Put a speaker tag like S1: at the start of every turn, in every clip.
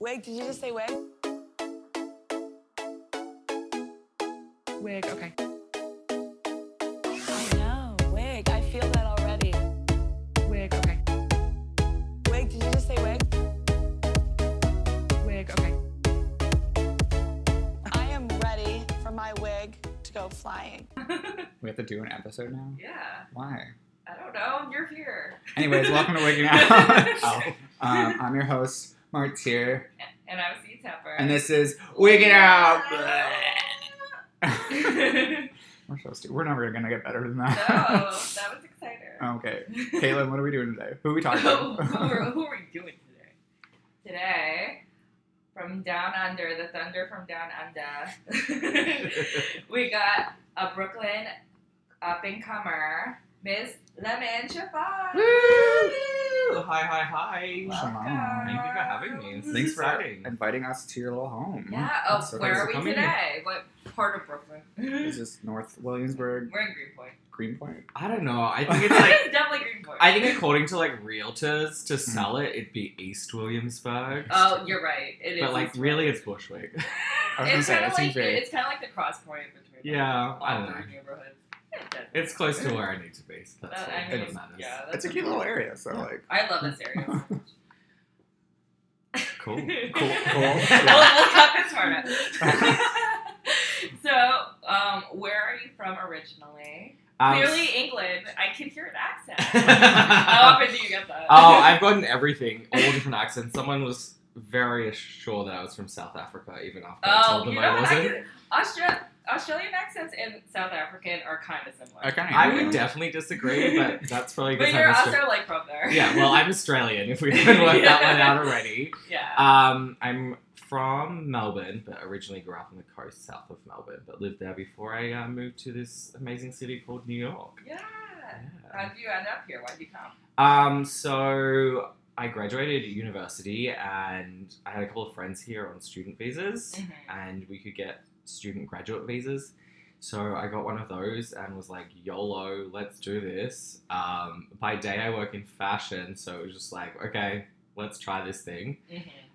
S1: Wig? Did you just say wig?
S2: Wig, okay.
S1: I know. Wig. I feel that already.
S2: Wig, okay.
S1: Wig. Did you just say wig?
S2: Wig, okay.
S1: I am ready for my wig to go flying.
S3: We have to do an episode now?
S4: Yeah,
S3: Why?
S4: I don't know. You're here,
S3: Anyways, welcome to Wigging Out. um, I'm your host, Martier,
S4: and I'm Sea Tepper.
S3: and this is Wigging Out. We're so stupid. We're never going to get better than
S4: no, that
S3: that.
S4: was exciting.
S5: Um,
S3: okay. Caitlin, what are we doing today? Who are we talking
S4: who, are,
S3: about?
S4: who are we doing today? Today, from down under, the thunder from down under, we got a Brooklyn up and comer, Miss Lemon Chiffon.
S5: Woo! Hi, hi, hi.
S3: Welcome.
S5: Thank you for having me. This
S3: Thanks
S5: is
S3: for
S5: exciting.
S3: inviting us to your little
S5: Mm-hmm.
S3: home.
S4: Yeah.
S3: I'm
S4: Oh,
S3: so
S4: where
S3: thanks
S4: are
S3: for
S4: we
S3: coming.
S4: today? What part of Brooklyn?
S3: This is North Williamsburg,
S4: We're in Greenpoint.
S3: Greenpoint.
S5: I don't know. I think it's like.
S4: It's definitely Greenpoint.
S5: I think according to like realtors, to sell it, it'd be East Williamsburg.
S4: Oh, you're right. It is.
S5: but like, really, it's Bushwick.
S3: I was gonna
S4: it's
S3: say,
S4: kind
S3: that
S4: of
S3: seems
S4: like
S3: very-
S4: it's kind of like the cross point between like,
S5: Yeah, I
S4: all
S5: don't know.
S4: three neighborhoods.
S5: It's close to where I need to be. So
S4: That,
S5: that's all.
S4: Uh, I
S5: it
S4: mean,
S5: doesn't matter.
S4: yeah,
S3: It's
S4: that's
S3: a cute little area, so
S5: Yeah.
S3: like.
S4: I love this area. so much.
S5: Cool. Cool.
S4: Cool,
S3: cool.
S4: we'll, we'll cut this part out. so, um, where are you from originally?
S5: Um,
S4: Clearly England. I can hear an accent. How often do you get that?
S5: Oh, I've gotten everything, all different accents. Someone was very sure that I was from South Africa, even after I
S4: Oh,
S5: told them
S4: you know
S5: I
S4: what?
S5: wasn't.
S4: I could, Austra- Australian accents and South African are kind of similar.
S3: Okay.
S5: I would definitely disagree, but that's probably a good
S4: But
S5: time
S4: you're
S5: to start-
S4: also like from there.
S5: Yeah, well, I'm Australian. If we haven't worked that one out already,
S4: yeah.
S5: um, I'm from Melbourne, but originally grew up on the coast south of Melbourne, but lived there before I uh, moved to this amazing city called New York.
S4: Yeah.
S5: Yeah.
S4: How did you end up here? Why'd you come?
S5: Um, so I graduated at university, and I had a couple of friends here on student visas,
S4: Mm.
S5: and we could get student graduate visas. So I got one of those and was like, YOLO, let's do this. Um, by day, I work in fashion, so it was just like, okay, let's try this thing.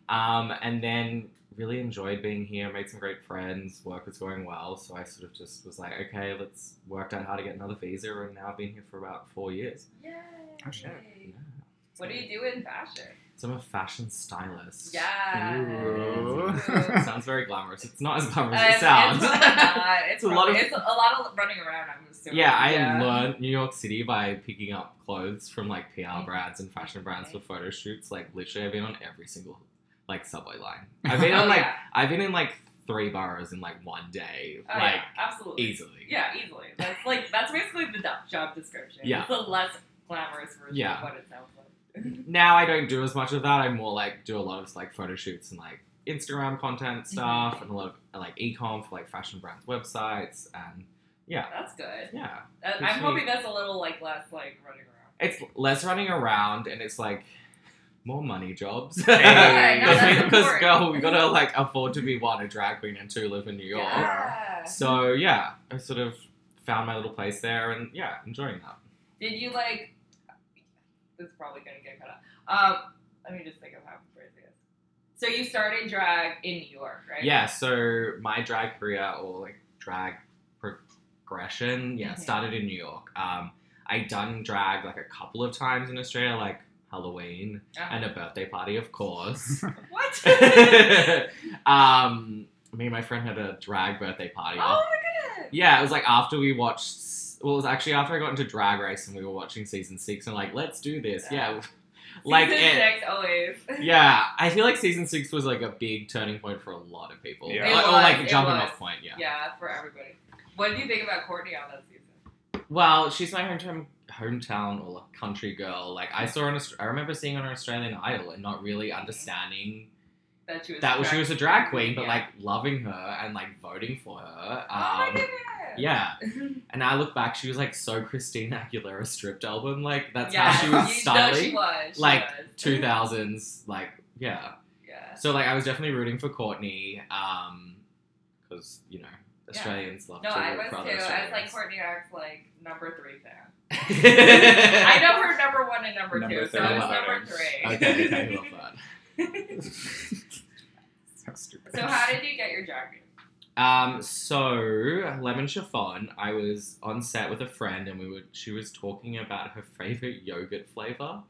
S5: Um, and then really enjoyed being here, made some great friends, work was going well. So I sort of just was like, okay, let's work out how to get another visa. And now I've been here for about four years.
S4: Yay.
S3: Oh, shit.
S4: What do you do in fashion?
S5: So I'm a fashion stylist.
S4: Yeah.
S3: Ooh.
S5: Sounds very glamorous. It's not as glamorous as
S4: Um, It's,
S5: it
S4: it's
S5: sounds.
S4: probably not. It's,
S5: It's a lot
S4: probably-
S5: of-
S4: it's a lot of running around. I'm assuming.
S5: Yeah, I learned New York City by picking up clothes from like PR
S4: Mhm.
S5: brands and fashion brands for photo shoots. Like literally, I've been on every single like subway line.
S3: Oh,
S5: I've been on like
S4: yeah.
S5: I've been in like three boroughs in like one day,
S4: Oh,
S5: like
S4: yeah, absolutely.
S5: easily.
S4: Yeah, easily. That's like that's basically the do- job description.
S5: Yeah.
S4: It's the less glamorous version
S5: Yeah.
S4: of what it sounds like.
S5: Now I don't do as much of that. I more like do a lot of like photo shoots and like Instagram content
S4: Mm-hmm.
S5: stuff and a lot of like e-com for like fashion brands websites and yeah,
S4: That's good.
S5: yeah.
S4: That-
S5: It's
S4: I'm
S5: me.
S4: hoping that's a little like less like running around.
S5: It's less running around and it's like more money jobs.
S3: Hey.
S4: no, that's
S5: Because
S4: important.
S5: girl, we gotta like afford to be one a drag queen and two live in New York.
S4: Yeah.
S5: So yeah, I sort of found my little place there, and yeah, enjoying that.
S4: Did you like? This is probably gonna get cut out. Um, let me just think of how to phrase this. So you started drag in New York, right?
S5: Yeah, so my drag career or like drag progression, yeah,
S4: Mhm.
S5: started in New York. Um, I done drag like a couple of times in Australia, like Halloween
S4: Uh-huh.
S5: and a birthday party, of course.
S4: What? Oh
S5: um, me and my friend had a drag birthday
S4: oh
S5: party.
S4: my goodness!
S5: Yeah, it was like after we watched. Well, it was actually after I got into Drag Race and we were watching season six and like, let's do this. Yeah, like
S4: Season
S5: it,
S4: six always.
S5: yeah. I feel like season six was like a big turning point for a lot of people.
S3: Yeah. It
S5: Like, or
S4: was,
S5: like
S4: it
S5: jumping
S4: was.
S5: off point. Yeah.
S4: Yeah, for everybody. What did you think about Courtney on that season?
S5: Well, she's my hometown hometown or like, country girl. Like I saw on Aust- I remember seeing her on Australian Idol and not really understanding
S4: That she was.
S5: that was she was a drag queen, but
S4: Yeah.
S5: like loving her and like voting for her.
S4: Oh my
S5: Um,
S4: goodness!
S5: yeah. And I look back, she was like so Christina Aguilera stripped album. Like that's
S4: Yes,
S5: how she
S4: you-
S5: was styling.
S4: No, she was. She
S5: Like,
S4: was.
S5: 2000s, like yeah.
S4: Yeah.
S5: So like I was definitely rooting for Courtney, um, because you know
S4: Yeah.
S5: Australians love
S4: No,
S5: to
S4: I
S5: root
S4: was
S5: for
S4: too.
S5: other
S4: I was like
S5: Australians.
S4: Courtney Act's like number three fan. I
S5: I
S4: know her number one and number,
S3: Number
S4: two, so I was
S5: three.
S4: number three.
S5: Okay, okay, love that.
S4: So how did you get your jacket?
S5: Um, so lemon chiffon. I was on set with a friend, and we were. She was talking about her favorite yogurt flavor.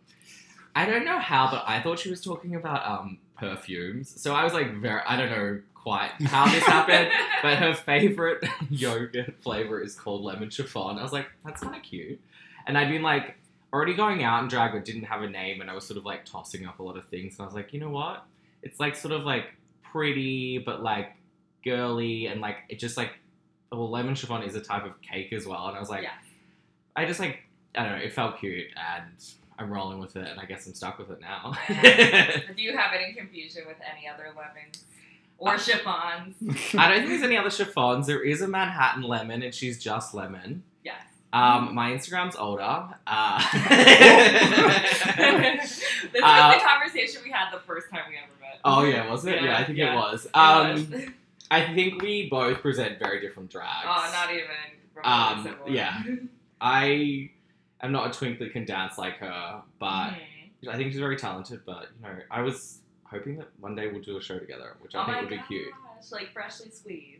S5: I don't know how, but I thought she was talking about um perfumes. So I was like, very. I don't know quite how this happened, but her favorite yogurt flavor is called lemon chiffon. I was like, that's kind of cute. And I'd been like already going out in drag, but didn't have a name, and I was sort of like tossing up a lot of things. And I was like, you know what? It's like sort of like pretty, but like girly, and like it just like well, lemon chiffon is a type of cake as well. And I was like,
S4: yeah.
S5: I just like I don't know, it felt cute, and I'm rolling with it, and I guess I'm stuck with it now.
S4: Do you have it in confusion with any other lemons
S5: Uh,
S4: or chiffons?
S5: I don't think there's any other chiffons. There is a Manhattan lemon, and she's just lemon.
S4: Yes. Mm.
S5: Um, my Instagram's older. Uh,
S4: this is
S5: Uh,
S4: the conversation we had the first time we ever met.
S5: oh yeah, was it? Yeah, I think
S4: yeah,
S5: it was.
S4: it
S5: Um,
S4: was.
S5: I think we both present very different drags.
S4: Oh, not even.
S5: Um,
S4: remotely similar.
S5: yeah. I am not a twink that can dance like her, but
S4: Mhm.
S5: I think she's very talented. But you know, I was hoping that one day we'll do a show together, which I
S4: oh
S5: think
S4: my
S5: would be cute.
S4: gosh, like freshly squeezed.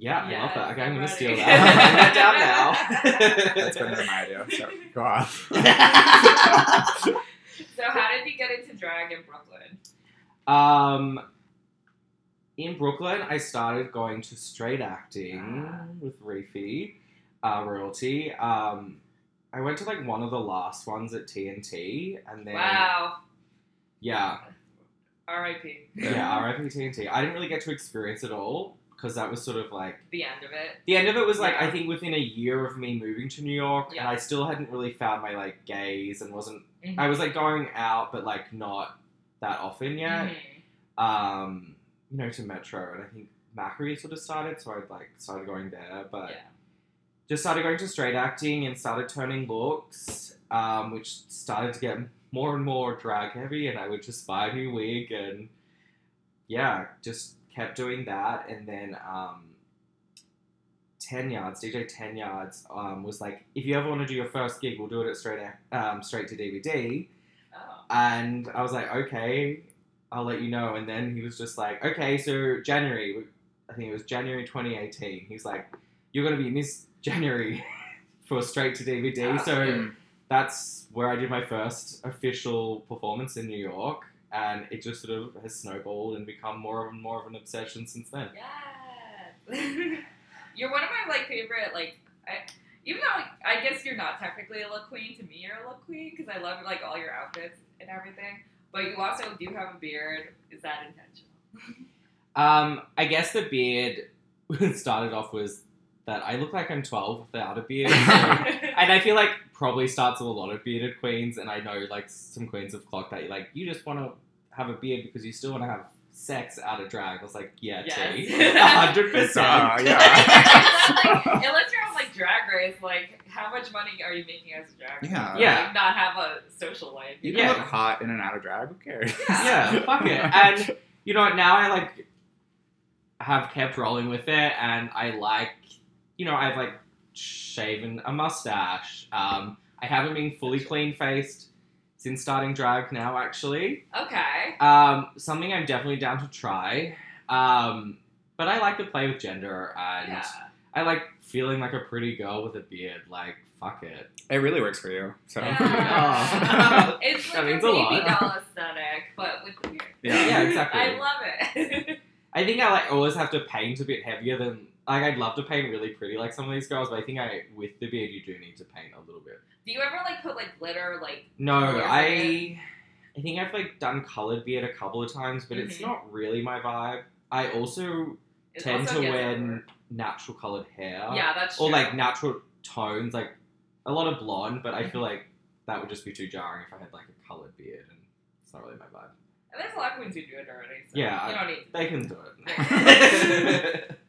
S5: Yeah, I love that.
S4: Yes,
S5: Okay, I'm gonna
S4: alrighty.
S5: steal that. I'm writing that
S3: That's
S5: down
S3: better
S5: now.
S3: than I do. So go off.
S4: So, how did you get into drag in Brooklyn?
S5: Um, in Brooklyn, I started going to straight acting
S4: Ah.
S5: with Reefy uh, Royalty. Um, I went to like one of the last ones at TNT, and then
S4: Wow.
S5: yeah,
S4: R.I.P.
S5: yeah, RIP TNT. I didn't really get to experience it all because that was sort of like
S4: The end of it.
S5: the end of it was like
S4: Yeah.
S5: I think within a year of me moving to New York, and
S4: Yeah.
S5: I still hadn't really found my like gaze and wasn't.
S4: Mhm.
S5: I was like going out, but like not that often yet.
S4: Mhm.
S5: um, you know, to Metro, and I think Macri sort of started, so I like started going there, but
S4: Yeah.
S5: just started going to straight acting and started turning looks, um, which started to get more and more drag heavy, and I would just buy a new wig and yeah, just kept doing that, and then um, Ten Yards, DJ Ten Yards, um, was like, if you ever want to do your first gig, we'll do it at straight Ac- um, straight to DVD.
S4: Oh.
S5: And I was like, okay, I'll let you know. And then he was just like, okay, so January, I think it was January 2018. He's like, you're going to be Miss January for straight to DVD.
S4: Ah,
S5: so
S4: yeah.
S5: that's where I did my first official performance in New York. And it just sort of has snowballed and become more and more of an obsession since then.
S4: Oh, Yes. you're one of my like favorite like I even though like, I guess you're not technically a look queen to me you're a look queen because I love like all your outfits and everything but you also do have a beard is that intentional
S5: Um, I guess the beard started off was that I look like I'm 12 without a beard. so- And I feel like probably starts with a lot of bearded queens, and I know like some queens have clocked that you like you just want to have a beard because you still want to have sex out of drag. I was like, yeah,
S4: Yes.
S5: T, hundred
S3: So
S5: percent.
S3: uh, Ah, yeah.
S4: like, unless you're on like drag race like how much money are you making as a drag race?
S3: Yeah.
S5: Yeah.
S4: Like, not have a social life
S3: You
S4: know?
S3: can
S5: Yeah.
S3: look hot in and out of drag. Who cares?
S5: Yeah, fuck it. And you know, now I like have kept rolling with it, and I like, you know, I've like shaven a mustache. Um, I haven't been fully clean faced since starting drag now, actually.
S4: okay
S5: Um, something I'm definitely down to try. Um, but I like to play with gender and
S4: yeah
S5: I like feeling like a pretty girl with a beard. Like, fuck it.
S3: It really works for you. So
S4: Yeah. it's
S5: That
S4: like
S5: means
S4: a
S5: a
S4: baby
S5: lot.
S4: doll aesthetic but with the beard
S3: Yeah.
S5: Yeah, exactly.
S4: I love it
S5: I think I like always have to paint a bit heavier than like I'd love to paint really pretty like some of these girls, but I think I with the beard you do need to paint a little bit.
S4: Do you ever like put like glitter like
S5: No,
S4: Or is
S5: I I think I've like done colored beard a couple of times, but it's
S4: Mhm.
S5: not really my vibe. I also
S4: it
S5: tend
S4: also
S5: to
S4: gets
S5: wear
S4: over-
S5: natural colored hair.
S4: Yeah, that's true.
S5: or like natural tones, like a lot of blonde, but I feel like that would just be too jarring if I had like a colored beard, and it's not really my vibe.
S4: And there's a lot of queens who do it already. So
S5: Yeah,
S4: you don't need.
S5: They can do it.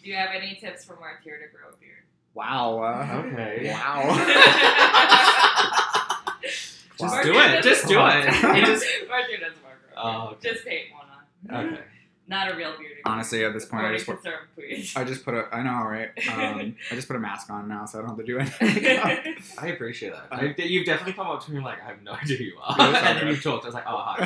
S4: Yeah. Do you have any tips for Martier to grow a beard?
S3: wow. Uh,
S5: okay.
S3: wow.
S5: Just
S3: Wow.
S5: do it. Just do it. it just,
S4: Martier doesn't want to grow. a
S5: oh,
S4: beard. Just paint one on.
S5: okay.
S4: Not a real beard.
S3: Honestly, at this point, I just
S4: According to
S3: put,
S4: Sarah Puig.
S3: I just put a I know right. Um, I just put a mask on now, so I don't have to do anything.
S5: I appreciate that.
S3: Um,
S5: I- you've definitely come up to me like Uh-huh. I have no idea who you are,
S3: No, it's all
S5: and then
S3: good.
S5: you've talked. I was like, oh hi.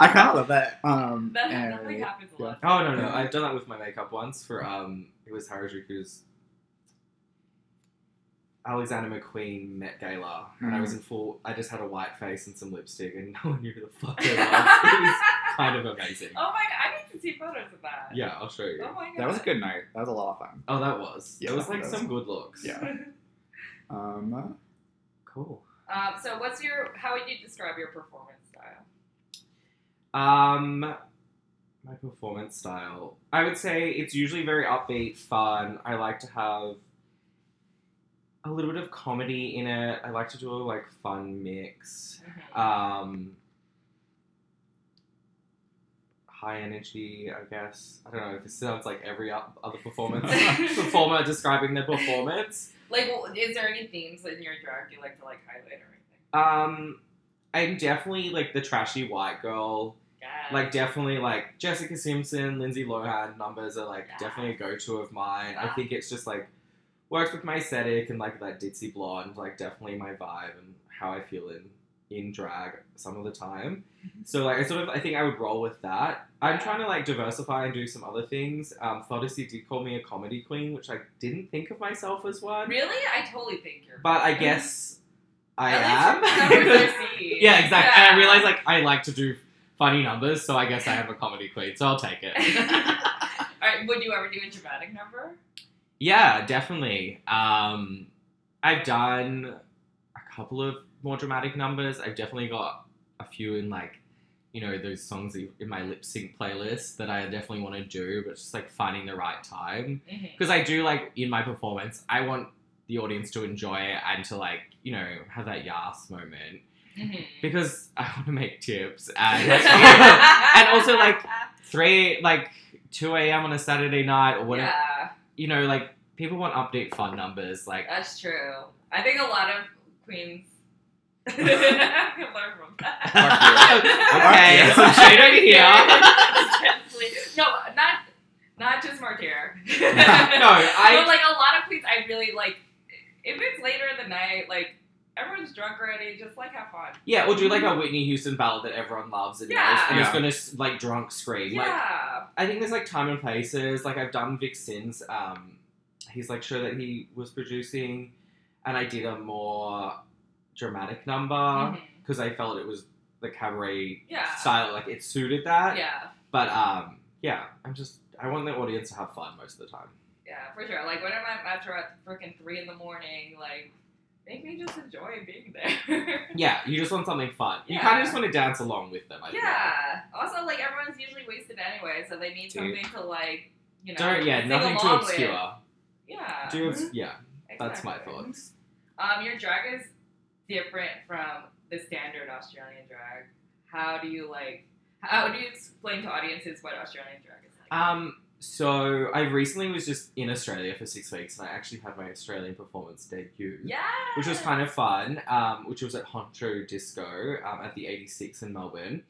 S3: I kind of love that. Um,
S4: That, that
S3: and-
S4: like happens a lot.
S5: Oh no no! I've done that with my makeup once for um. It was Harajuku's Alexander McQueen Met Gala, and I was
S3: Hmm.
S5: in full. I just had a white face and some lipstick, and no one knew who the fuck I was. It was kind of amazing.
S4: Oh my god, I need to see photos of that.
S5: Yeah, I'll show you.
S4: Oh my god.
S3: that was a good night. That was a lot of fun.
S5: Oh, that was.
S3: Yeah,
S5: it was
S3: that
S5: like
S3: was-
S5: some good looks.
S3: yeah. Um,
S5: Cool.
S4: Um, so what's your how would you describe your performance style?
S5: Um, my performance style. I would say it's usually very upbeat, fun. I like to have a little bit of comedy in it. I like to do a like fun mix. Um, high energy, I guess. I don't know. This sounds like every o- other performance performer describing their performance.
S4: like, well, is there any themes in your drag you like to like highlight or anything?
S5: Um, I'm definitely like the trashy white girl.
S4: Yeah.
S5: Like definitely like Jessica Simpson, Lindsay Lohan numbers are like
S4: Yeah.
S5: definitely a go-to of mine. I
S4: Yeah.
S5: think it's just like works with my aesthetic and like that ditzy blonde, like definitely my vibe and how I feel in in drag some of the time.
S4: Mm-hmm.
S5: So like I sort of I think I would roll with that. I'm
S4: Yeah.
S5: trying to like diversify and do some other things. Um, Thodicy did call me a comedy queen, which I didn't think of myself as one,
S4: really, I totally think you're.
S5: but I guess I
S4: At least
S5: am.
S4: from the numbers I see.
S5: Yeah, exactly. And I
S4: Yeah.
S5: realized like I like to do funny numbers, so I guess I am a comedy queen, so I'll take it.
S4: All right, would you ever do a dramatic number?
S5: yeah, definitely. Um, I've done a couple of more dramatic numbers. I've definitely got a few in like, you know, those songs in my lip sync playlist that I definitely want to do, but it's just like finding the right time.
S4: Mm-hmm.
S5: Because I do like in my performance, I want the audience to enjoy it and to like, you know, have that yas moment.
S4: Mm-hmm.
S5: Because I want to make tips and
S4: and
S5: also, like, three like 2 a.m on a saturday night or whatever
S4: Yeah,
S5: you know like people want update fun numbers like
S4: that's true. I think a lot of queens can learn from that.
S5: okay
S3: Yeah.
S5: some shade over here
S4: no, not not just Martyr.
S5: no
S4: but
S5: i
S4: like a lot of queens, I really like. If it's later in the night, like everyone's drunk already, just like have fun.
S5: yeah we'll do like a whitney houston ballad that everyone loves and knows
S4: Yeah.
S5: and it's
S3: Yeah.
S5: gonna s- like drunk scream like
S4: yeah.
S5: i think there's like time and places like i've done vic sins um he's like sure that he was producing and i did a more dramatic number
S4: Mhm.
S5: because i felt it was the cabaret
S4: Yeah.
S5: style like it suited that
S4: Yeah.
S5: But um, yeah, I'm just I want the audience to have fun most of the time.
S4: Yeah, for sure. Like when I'm at Metro at freaking three in the morning, like make me just enjoy being there.
S5: Yeah, you just want something fun. You
S4: Yeah.
S5: kind of just want to dance along with them. I think.
S4: yeah. Also, like everyone's usually wasted anyway, so they need
S5: Dude.
S4: something to like, you know,
S5: Don't yeah,
S4: sing
S5: nothing too
S4: along with.
S5: obscure.
S4: Yeah. Mm-hmm.
S5: Do obs- yeah, that's my
S4: exactly.
S5: thoughts.
S4: Um, your drag is different from the standard Australian drag. How do you like? How do you explain to audiences what Australian drag is like?
S5: Um, so I recently was just in Australia for six weeks, and I actually had my Australian performance debut.
S4: yeah.
S5: Which was kind of fun, um, which was at Honcho Disco um, at the 86 in Melbourne,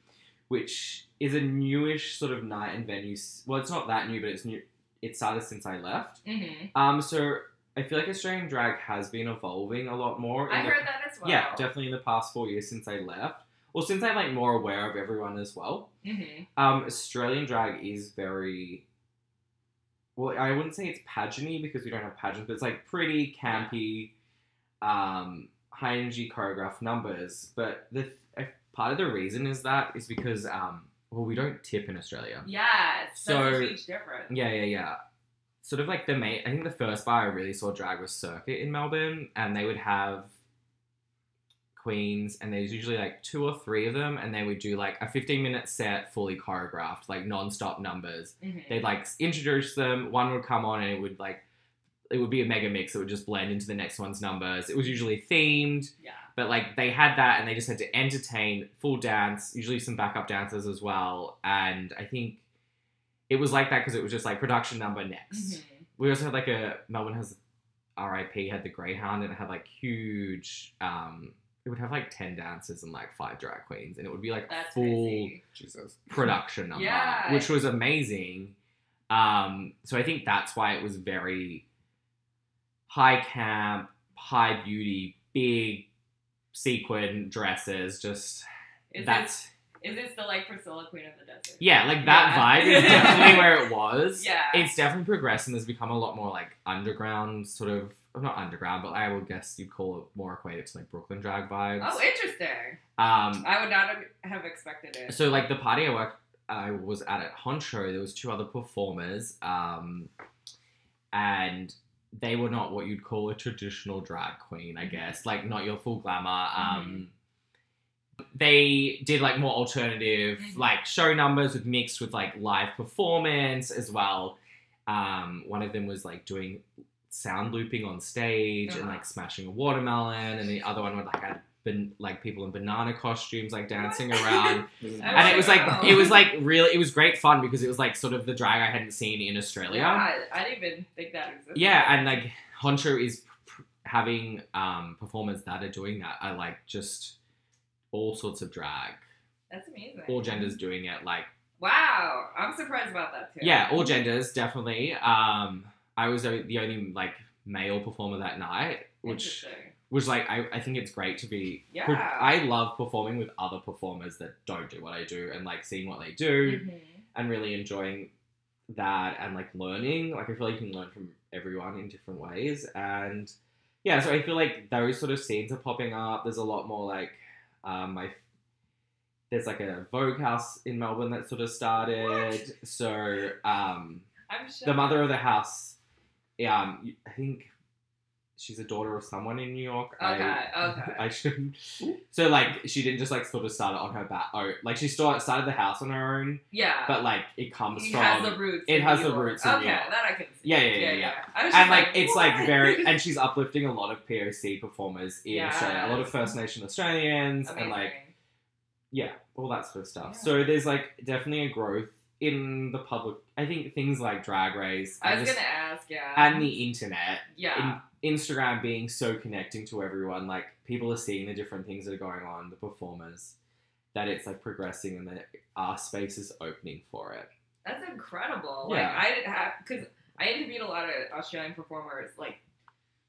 S5: which is a newish sort of night and venue. s- Well, it's not that new, but it's new. It started since I left.
S4: hmm
S5: Um, so I feel like Australian drag has been evolving a lot more. in
S4: I
S5: the-
S4: heard that as well.
S5: Yeah, definitely in the past four years since I left, or since I'm like more aware of everyone as well.
S4: hmm
S5: Um, Australian drag is very. Well, I wouldn't say it's pageanty because we don't have pageants, but it's like pretty campy, um, high energy choreographed numbers. But the uh, part of the reason is that is because um, well, we don't tip in Australia.
S4: Yes. that's
S5: So-
S4: a huge difference.
S5: Yeah, yeah, yeah. Sort of like the main. I think the first bar I really saw drag was Circuit in Melbourne, and they would have queens, and there's usually like two or three of them, and they would do like a 15 minute set, fully choreographed, like non stop numbers.
S4: Mhm.
S5: They'd like introduce them, one would come on, and it would like. It would be a mega mix. It would just blend into the next one's numbers. It was usually themed,
S4: Yeah.
S5: but like they had that, and they just had to entertain full dance, usually some backup dancers as well. And I think it was like that because it was just like production number next.
S4: Mhm.
S5: We also had like a Melbourne has RIP had the Greyhound and it had like huge um it would have like ten dancers and like five drag queens and it would be like
S4: That's
S5: full
S4: crazy.
S3: Jesus.
S5: production number,
S4: Yeah.
S5: which was amazing. Um, so I think that's why it was very high camp, high beauty, big sequin dresses. Just
S4: Is
S5: that's
S4: Is it still like Priscilla, Queen of the Desert?
S5: Yeah, like
S4: Yeah.
S5: that vibe is definitely where it was.
S4: Yeah.
S5: It's definitely progressed and has become a lot more like underground sort of well, not underground, but I would guess you'd call it more equated to like Brooklyn drag vibes.
S4: Oh, interesting.
S5: um
S4: I would not have- have expected it.
S5: so like the party I worked I was at at Honcho, there was two other performers, um and they were not what you'd call a traditional drag queen, I guess. Like not your full glamour. Um They did like more alternative,
S4: Mhm.
S5: like show numbers with mixed with like live performance as well. Um, one of them was like doing sound looping on stage and
S4: Uh-huh.
S5: like smashing a watermelon, and the other one would like had been like people in banana costumes like dancing around
S3: This is-
S4: I
S5: and it was like
S4: Wow.
S5: it was like really it was great fun because it was like sort of the drag I hadn't seen in Australia.
S4: Yeah, I, I didn't even think that existed.
S5: Yeah, and like Honcho is pr- having um performers that are doing that are like just all sorts of drag,
S4: That's amazing.
S5: all genders doing it. Like
S4: Wow, I'm surprised about that too.
S5: yeah, all genders definitely. Um, I was o- the only like male performer that night, which
S4: Interesting.
S5: was like I, I think it's great to be.
S4: Yeah.
S5: I love performing with other performers that don't do what I do and like seeing what they do.
S4: Mhm.
S5: and really enjoying that and like learning. Like I feel like you can learn from everyone in different ways. And yeah, so I feel like those sort of scenes are popping up. There's a lot more like um my there's like a Vogue house in Melbourne that sort of started. So um
S4: I'm sure.
S5: the mother of the house, um I think she's a daughter of someone in New York. I-
S4: Okay. Okay.
S5: I shouldn't. So like she didn't just like sort of start it on her back. Oh, like she started started the house on her own
S4: yeah.
S5: but like it comes
S4: it
S5: from
S4: has the roots.
S5: it
S4: in
S5: has
S4: New
S5: the
S4: York.
S5: roots in New
S4: okay,
S5: York.
S4: that I can see.
S5: Yeah, yeah, yeah, yeah.
S4: I was
S5: and
S4: just
S5: like it's
S4: what?
S5: like very and she's uplifting a lot of POC performers in
S4: Yeah.
S5: Australia, a lot of First Nation Australians
S4: Amazing.
S5: and like yeah, all that sort of stuff.
S4: Yeah.
S5: So there's like definitely a growth in the public I think things like drag race
S4: I
S5: and,
S4: was
S5: just-
S4: gonna ask. Yeah.
S5: and the internet
S4: yeah.
S5: in Instagram being so connecting to everyone, like people are seeing the different things that are going on, the performers, that it's like progressing and that our space is opening for it.
S4: That's incredible.
S5: Yeah.
S4: Like I didn't have because I interviewed a lot of Australian performers, like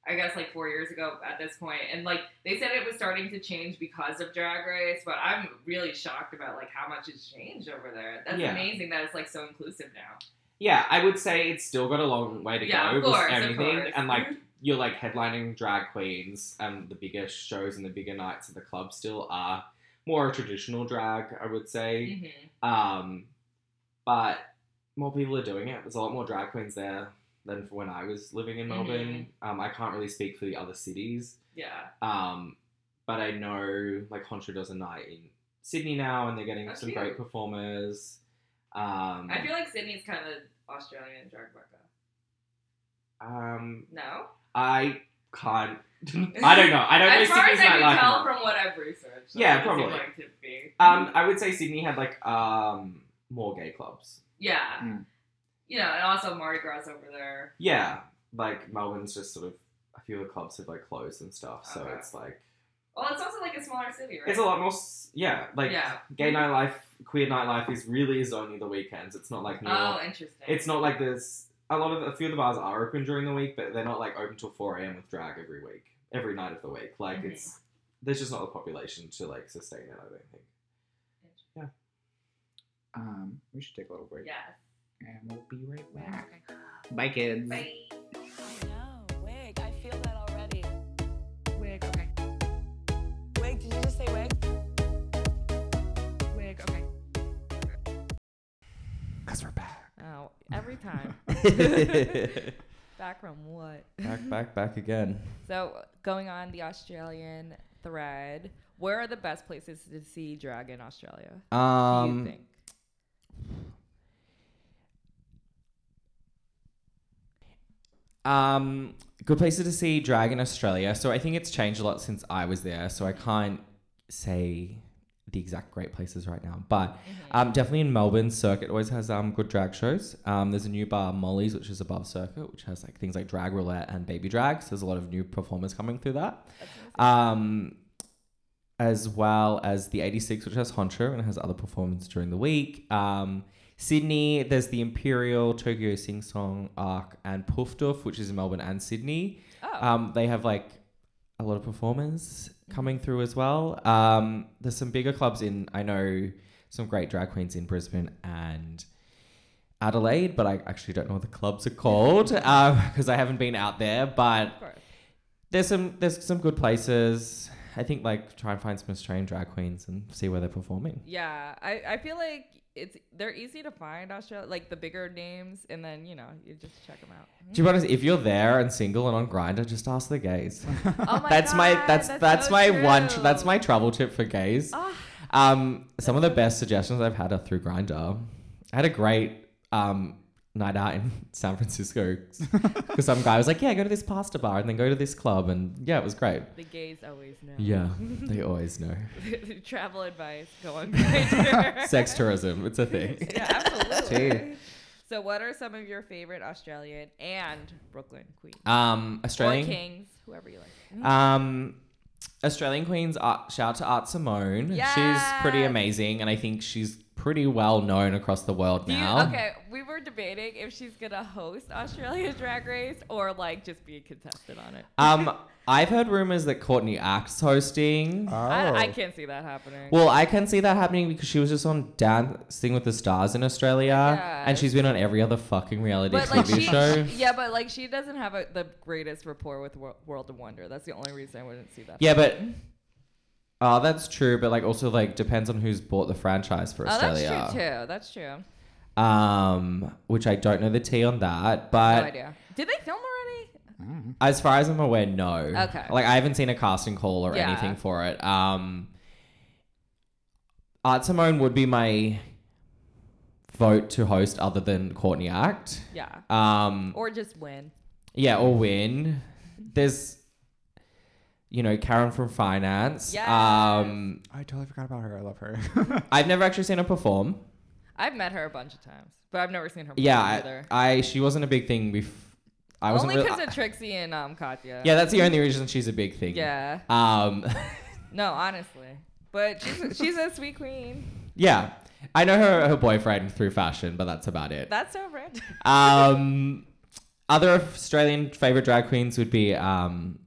S4: I guess like four years ago at this point, and like they said it was starting to change because of Drag Race, but I'm really shocked about like how much it's changed over there. That's
S5: Yeah.
S4: amazing that it's like so inclusive now.
S5: Yeah, I would say it's still got a long way to
S4: yeah,
S5: go
S4: of course,
S5: with
S4: of
S5: everything.
S4: course. Mm-hmm.
S5: And like you're like headlining drag queens and the bigger shows and the bigger nights at the club still are more traditional drag, I would say.
S4: Mhm.
S5: Um but more people are doing it. There's a lot more drag queens there than for when I was living in Melbourne.
S4: Mm-hmm.
S5: Um, I can't really speak for the other cities.
S4: yeah,
S5: Um, but I know like Honcho does a night in Sydney now and they're getting
S4: That's
S5: some
S4: cute.
S5: great performers. Um,
S4: I feel like Sydney's kind of Australian drag mecca.
S5: um
S4: No,
S5: I can't. I don't know. I don't know
S4: as far
S5: Sydney's
S4: as I can
S5: nightlife.
S4: tell
S5: enough.
S4: from what I've researched. that's
S5: Yeah,
S4: what it seemed
S5: probably.
S4: Like to be.
S5: Um, I would say Sydney had like um more gay clubs.
S4: yeah,
S3: Mm.
S4: you know, and also Mardi Gras over there.
S5: Yeah, like Melbourne's just sort of a few of the clubs have like closed and stuff. So
S4: Okay.
S5: it's like
S4: Well, it's also like a smaller city, right?
S5: it's a lot more. s- Yeah, like
S4: Yeah.
S5: gay nightlife, queer nightlife is really is only the weekends. It's not like New York.
S4: Oh, interesting.
S5: It's not like there's a lot of a few of the bars are open during the week, but they're not like open till four a.m. with drag every week, every night of the week. Like
S4: Mhm.
S5: it's there's just not the population to like sustain it. I don't think.
S3: um, we should take a little break.
S4: Yeah.
S3: And we'll be right
S6: Wig,
S3: back.
S6: okay.
S3: Bye, kids.
S4: Bye.
S1: I know. Wig. I feel that already.
S6: Wig, okay.
S1: Wig. Did you just say wig?
S6: Wig, okay.
S3: Cause we're back.
S7: Oh, every time. back from what?
S8: back, back, back again.
S7: So, going on the Australian thread, where are the best places to see drag in Australia? Do you
S8: Um,
S7: think?
S8: um, good places to see drag in Australia. So I think it's changed a lot since I was there. So I can't say the exact great places right now, but
S7: Mm-hmm.
S8: um, definitely in Melbourne, Circuit always has um good drag shows. Um, there's a new bar, Molly's, which is above Circuit, which has like things like drag roulette and baby drag. So there's a lot of new performers coming through that.
S5: uh,
S8: Um, as well as the 86, which has Honcho and has other performances during the week. Um, Sydney, there's the Imperial, Tokyo Sing Song, Arc, and Poof Doof, which is in Melbourne and Sydney.
S7: Oh,
S8: Um, they have like a lot of performers coming through as well. Um, there's some bigger clubs in, I know
S5: some great drag queens in Brisbane and Adelaide, but I actually don't know what the clubs are called
S8: uh,
S5: because I haven't been out there. But
S4: Of course.
S5: there's some there's some good places. I think like try and find some Australian drag queens and see where they're performing.
S4: Yeah, I, I feel like it's they're easy to find Australia, like the bigger names, and then you know you just check them out.
S5: To be honest, if you're there and single and on Grinder, just ask the gays.
S4: Oh my
S5: that's my
S4: God,
S5: that's that's,
S4: so
S5: my one
S4: true.
S5: that's my travel tip for gays.
S4: Ah.
S5: um, some of the best suggestions I've had are through Grinder. I had a great um night out in San Francisco because some guy was like, "Yeah, go to this pasta bar and then go to this club," and yeah, it was great.
S4: the gays always know.
S5: Yeah, they always know.
S4: Travel advice. Go on Grindr.
S5: Sex tourism, it's a thing.
S4: Yeah, absolutely.
S5: Gee.
S4: so, what are some of your favorite Australian and Brooklyn queens
S5: Um, Australian.
S4: or kings, whoever you like?
S5: Um, Australian Queens, Art, shout out to Art Simone. She's pretty
S4: Yes.
S5: amazing, and I think she's pretty well known across the world
S4: Do you-
S5: now.
S4: okay, we were debating if she's gonna host Australia's Drag Race or like just be a contestant on it.
S5: Um, I've heard rumors that Courtney Act's hosting.
S4: I, I can't see that happening.
S5: oh. well, I can see that happening because she was just on Dancing with the Stars in Australia, and
S4: Yes.
S5: she's been on every other fucking reality
S4: but
S5: TV
S4: like she,
S5: show.
S4: yeah, but like she doesn't have a, the greatest rapport with Wor- World of Wonder. That's the only reason I wouldn't see that.
S5: Yeah, but oh, that's true. But like, also like depends on who's bought the franchise for
S4: oh,
S5: Australia.
S4: that's true too. That's true.
S5: Um, which I don't know the tea on that,
S4: No
S5: but
S4: idea. Did they film already?
S3: Mm-hmm.
S5: As far as I'm aware, no.
S4: Okay.
S5: Like I haven't seen a casting call or
S4: Yeah.
S5: anything for it. Um Art Simone would be my vote to host other than Courtney Act.
S4: Yeah.
S5: Um
S4: Or just win.
S5: yeah, or win. There's you know, Karen from Finance.
S4: Yes.
S5: Um
S3: I totally forgot about her. I love her.
S5: I've never actually seen her perform.
S4: I've met her a bunch of times, but I've never seen her.
S5: Yeah,
S4: perform
S5: I,
S4: either.
S5: I she wasn't a big thing before I wasn't
S4: Only
S5: really,
S4: because of Trixie and um Katya.
S5: Yeah, that's the only reason she's a big thing.
S4: Yeah.
S5: Um
S4: No, honestly. But she's a, she's a sweet queen.
S5: Yeah. I know her her boyfriend through fashion, but that's about it.
S4: That's so random.
S5: Um other Australian favorite drag queens would be um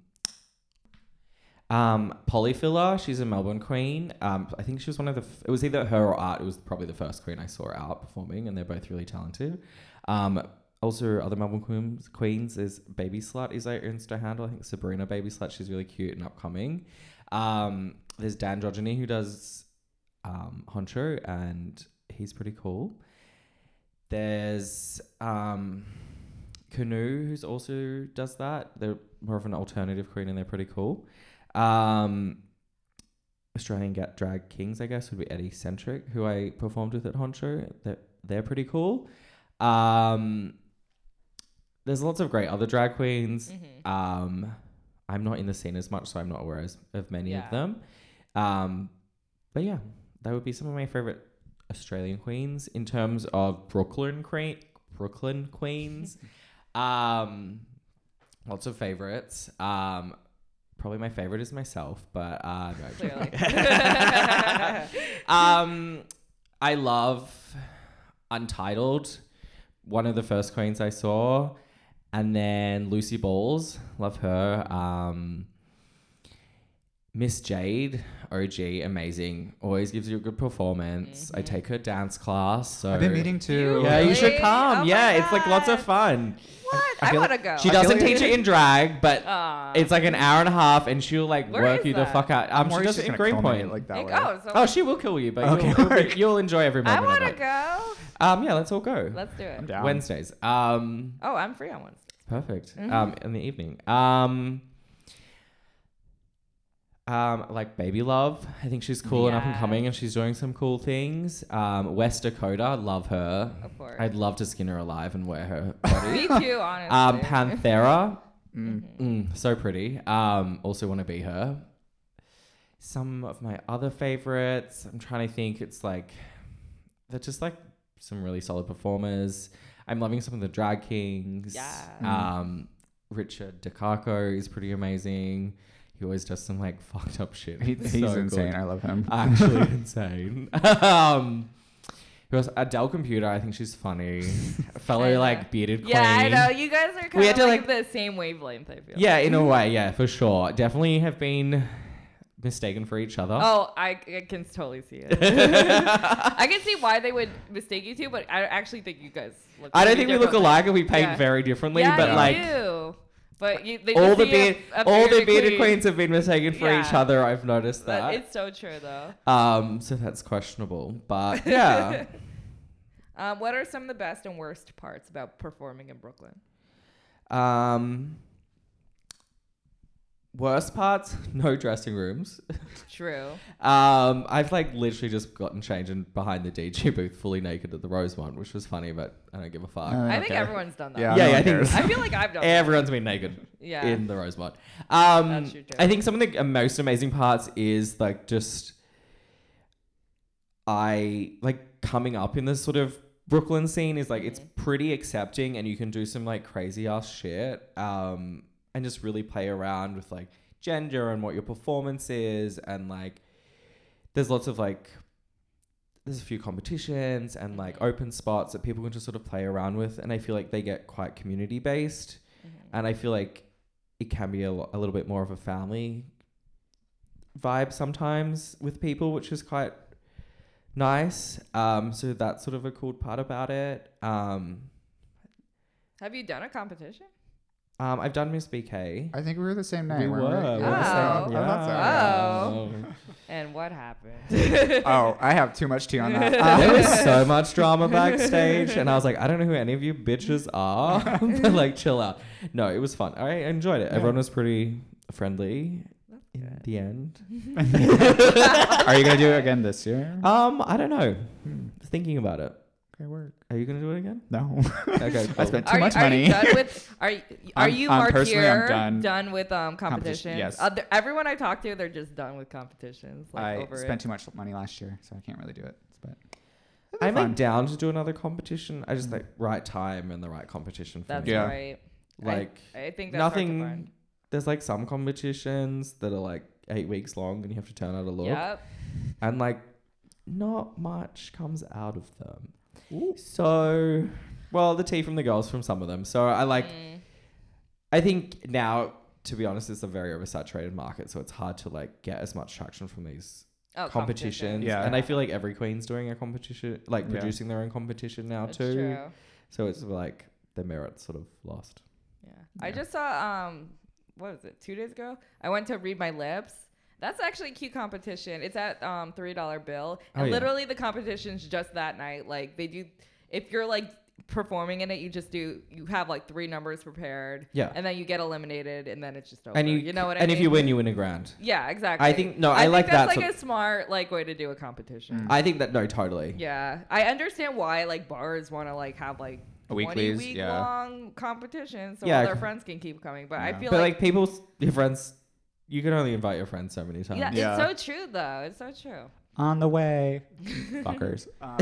S5: um Polyfiller, she's a Melbourne queen. Um I think she was one of the f- it was either her or Art, it was probably the first queen I saw out performing and they're both really talented. Um also, other Melbourne queens, queens is Baby Slut is her Insta handle. I think Sabrina Baby Slut. She's really cute and upcoming. Um, there's Dan Drogeny who does um, Honcho, and he's pretty cool. There's um, Canoe, who's also does that. They're more of an alternative queen, and they're pretty cool. Um, Australian ga- drag kings, I guess, would be Eddie Centric, who I performed with at Honcho. They're, they're pretty cool. Um, there's lots of great other drag queens.
S4: Mm-hmm.
S5: Um, I'm not in the scene as much, so I'm not aware as, of many
S4: Yeah.
S5: of them. Um, but yeah, that would be some of my favorite Australian queens in terms of Brooklyn queen, Brooklyn queens. um, lots of favorites. Um, probably my favorite is myself, but uh, no, I'm joking.
S4: Clearly.
S5: um, I love Untitled, one of the first queens I saw, and then Lucy Balls, love her. Um, Miss Jade, OG, amazing. Always gives you a good performance. I take her dance class, so
S3: I've been meeting to.
S5: Yeah, you
S4: Mm-hmm.
S5: should
S4: Really?
S5: come.
S4: Oh my
S5: yeah, it's like lots of
S4: God.
S5: fun.
S4: what?
S5: I
S4: I,
S5: feel
S4: want to
S5: like
S4: go.
S5: She
S3: I feel
S5: doesn't
S3: like-
S5: teach it in drag, but
S4: Aw.
S5: it's like an hour and a half, and she'll like
S4: Where
S5: work
S4: is
S5: you the
S4: that?
S5: fuck out. Um, she
S3: worried
S5: does
S3: she's
S5: it in
S3: gonna kill me,
S5: Greenpoint.
S3: Like that
S4: Like,
S3: way.
S4: oh, so
S5: Oh, she will kill you, but
S3: Okay,
S5: you'll, you'll,
S3: alright.
S5: be- you'll enjoy every
S4: I
S5: moment.
S4: want to
S5: of it.
S4: go.
S5: Um, yeah, let's all go.
S4: Let's do it.
S3: I'm down.
S5: Wednesdays. Um,
S4: Oh, I'm free on Wednesday.
S5: perfect.
S4: Mm-hmm.
S5: Um, in the evening. Um, um, like Baby Love. I think she's cool and up and
S4: Yeah.
S5: coming, and she's doing some cool things. Um, West Dakota, love her.
S4: Of course.
S5: I'd love to skin her alive and wear her body.
S4: Me too, honestly.
S5: um, Panthera. Mm, so pretty. Um, also want to be her. Some of my other favorites. I'm trying to think. It's like they're just like some really solid performers. I'm loving some of the drag kings.
S4: Yeah.
S3: Mm.
S5: Um, Richard DeCarco is pretty amazing. He always does some like fucked up shit.
S3: He-
S5: It's
S3: he's
S5: so good Uh,
S3: insane. I love him.
S5: actually insane. Um, who else? Adele Computer. I think she's funny. Fellow
S4: know.
S5: like bearded queen.
S4: yeah, I know. You guys are
S5: We
S4: kind
S5: had
S4: of
S5: to,
S4: like, the same wavelength, I feel.
S5: Yeah, in a way, yeah, for sure. Definitely have been mistaken for each other.
S4: Oh, I, I can totally see it. I can see why they would mistake you two, but I actually think you guys look.
S5: I don't
S4: pretty
S5: think we look
S4: different.
S5: alike and we paint
S4: Yeah.
S5: very differently,
S4: yeah,
S5: but
S4: you
S5: like
S4: do. But you, they
S5: all
S4: just
S5: the
S4: see a-
S5: beard,
S4: a
S5: all the
S4: bearded
S5: bearded
S4: queen.
S5: queens have been mistaken for each
S4: Yeah.
S5: other. I've noticed
S4: But
S5: that.
S4: It's so true though.
S5: Um, so that's questionable, but yeah.
S4: um, what are some of the best and worst parts about performing in Brooklyn?
S5: um, worst parts: no dressing rooms.
S4: True.
S5: Um, I've like literally just gotten changed and behind the DJ booth, fully naked at the Rosemont, which was funny, but I don't give a fuck.
S3: Uh,
S4: I think
S3: okay.
S4: everyone's done that.
S3: Yeah, no
S5: Yeah, yeah,
S3: one
S5: I think-
S3: cares.
S4: I feel like I've done that.
S5: Everyone's been naked
S4: Yeah.
S5: in the Rosemont. Um,
S4: That's your joke.
S5: I think some of the uh, most amazing parts is like just I like coming up in this sort of Brooklyn scene is like it's
S4: Mm-hmm.
S5: pretty accepting and you can do some like crazy ass shit um, and just really play around with like gender and what your performance is and like there's lots of like there's a few competitions and like
S4: Mm-hmm.
S5: open spots that people can just sort of play around with and i feel like they get quite community based
S4: Mm-hmm.
S5: and i feel like it can be a, lo- a little bit more of a family vibe sometimes with people which is quite nice um so that's sort of a cool part about it um
S4: Have you done a competition?
S5: um i've done miss bk
S3: I think we were the same night.
S5: we were,
S3: weren't
S5: we were
S3: We were the
S4: Oh.
S3: same. I thought so, yeah.
S4: Oh.
S5: Oh.
S4: And what happened?
S3: Oh, I have too much tea on that. Uh,
S5: there was so much drama backstage, and I was like, I don't know who any of you bitches are, but like, chill out. No, it was fun. I enjoyed it. Everyone was pretty friendly in the end.
S3: Are you gonna do it again this year?
S5: Um, I don't know. Thinking about it,
S3: Okay, work.
S5: are you gonna do it again?
S3: No.
S5: Okay,
S3: I
S5: cool.
S3: spent too
S4: Are, you-
S3: much
S4: are
S3: money.
S4: you done with? Are you, are
S3: I'm-
S4: you
S3: I'm
S4: Mark
S3: personally, I'm
S4: here
S3: done.
S4: done. with um
S3: Competition,
S4: competitions?
S3: yes.
S4: Other, everyone I talk to, they're just done with competitions. Like,
S3: I
S4: over
S3: spent
S4: it.
S3: too much money last year, so I can't really do it. But
S5: I'm like
S3: fun.
S5: down to do another competition. I just like right time and the right competition for
S4: That's
S5: me.
S3: Yeah.
S4: right. I-
S5: Like
S4: I, think that's Hard to
S5: nothing.
S4: find.
S5: There's like some competitions that are like eight weeks long, and you have to turn out a look.
S4: Yep.
S5: and like not much comes out of them. So, well, the tea from the girls from some of them. So I
S4: Mm.
S5: like. I think now, to be honest, it's a very oversaturated market, so it's hard to like get as much traction from these
S4: Oh,
S5: competitions.
S4: competition.
S3: Yeah.
S5: and I feel like every queen's doing a competition, like
S3: Yeah.
S5: producing their own competition now
S4: That's
S5: too.
S4: true.
S5: So it's like the merit's sort of lost.
S4: Yeah. I
S3: Yeah.
S4: just saw um what was it, two days ago? I went to read my lips. That's actually a cute competition. It's at um three dollar bill. And
S5: Oh, yeah.
S4: literally the competition's just that night. Like they do if you're like performing in it, you just do you have like three numbers prepared.
S5: Yeah.
S4: And then you get eliminated and then it's just over.
S5: And you,
S4: you know what I
S5: and
S4: mean?
S5: if you win, you win a grand.
S4: Yeah, exactly.
S5: think- no, I like
S4: that's
S5: that
S4: like
S5: sort-
S4: a smart like way to do a competition.
S3: Mm.
S5: I think that no, totally.
S4: Yeah, I understand why like bars want to like have like
S3: A
S4: twenty
S3: weeklies,
S4: week
S3: yeah.
S4: long competitions so
S5: Yeah,
S4: all their
S5: c-
S4: friends can keep coming. But I
S3: Yeah.
S4: feel
S5: But
S4: like,
S5: like people, your friends, you can only invite your friends so many times.
S4: yeah,
S3: Yeah.
S4: it's so true though. It's so true.
S3: on the way, fuckers. Uh,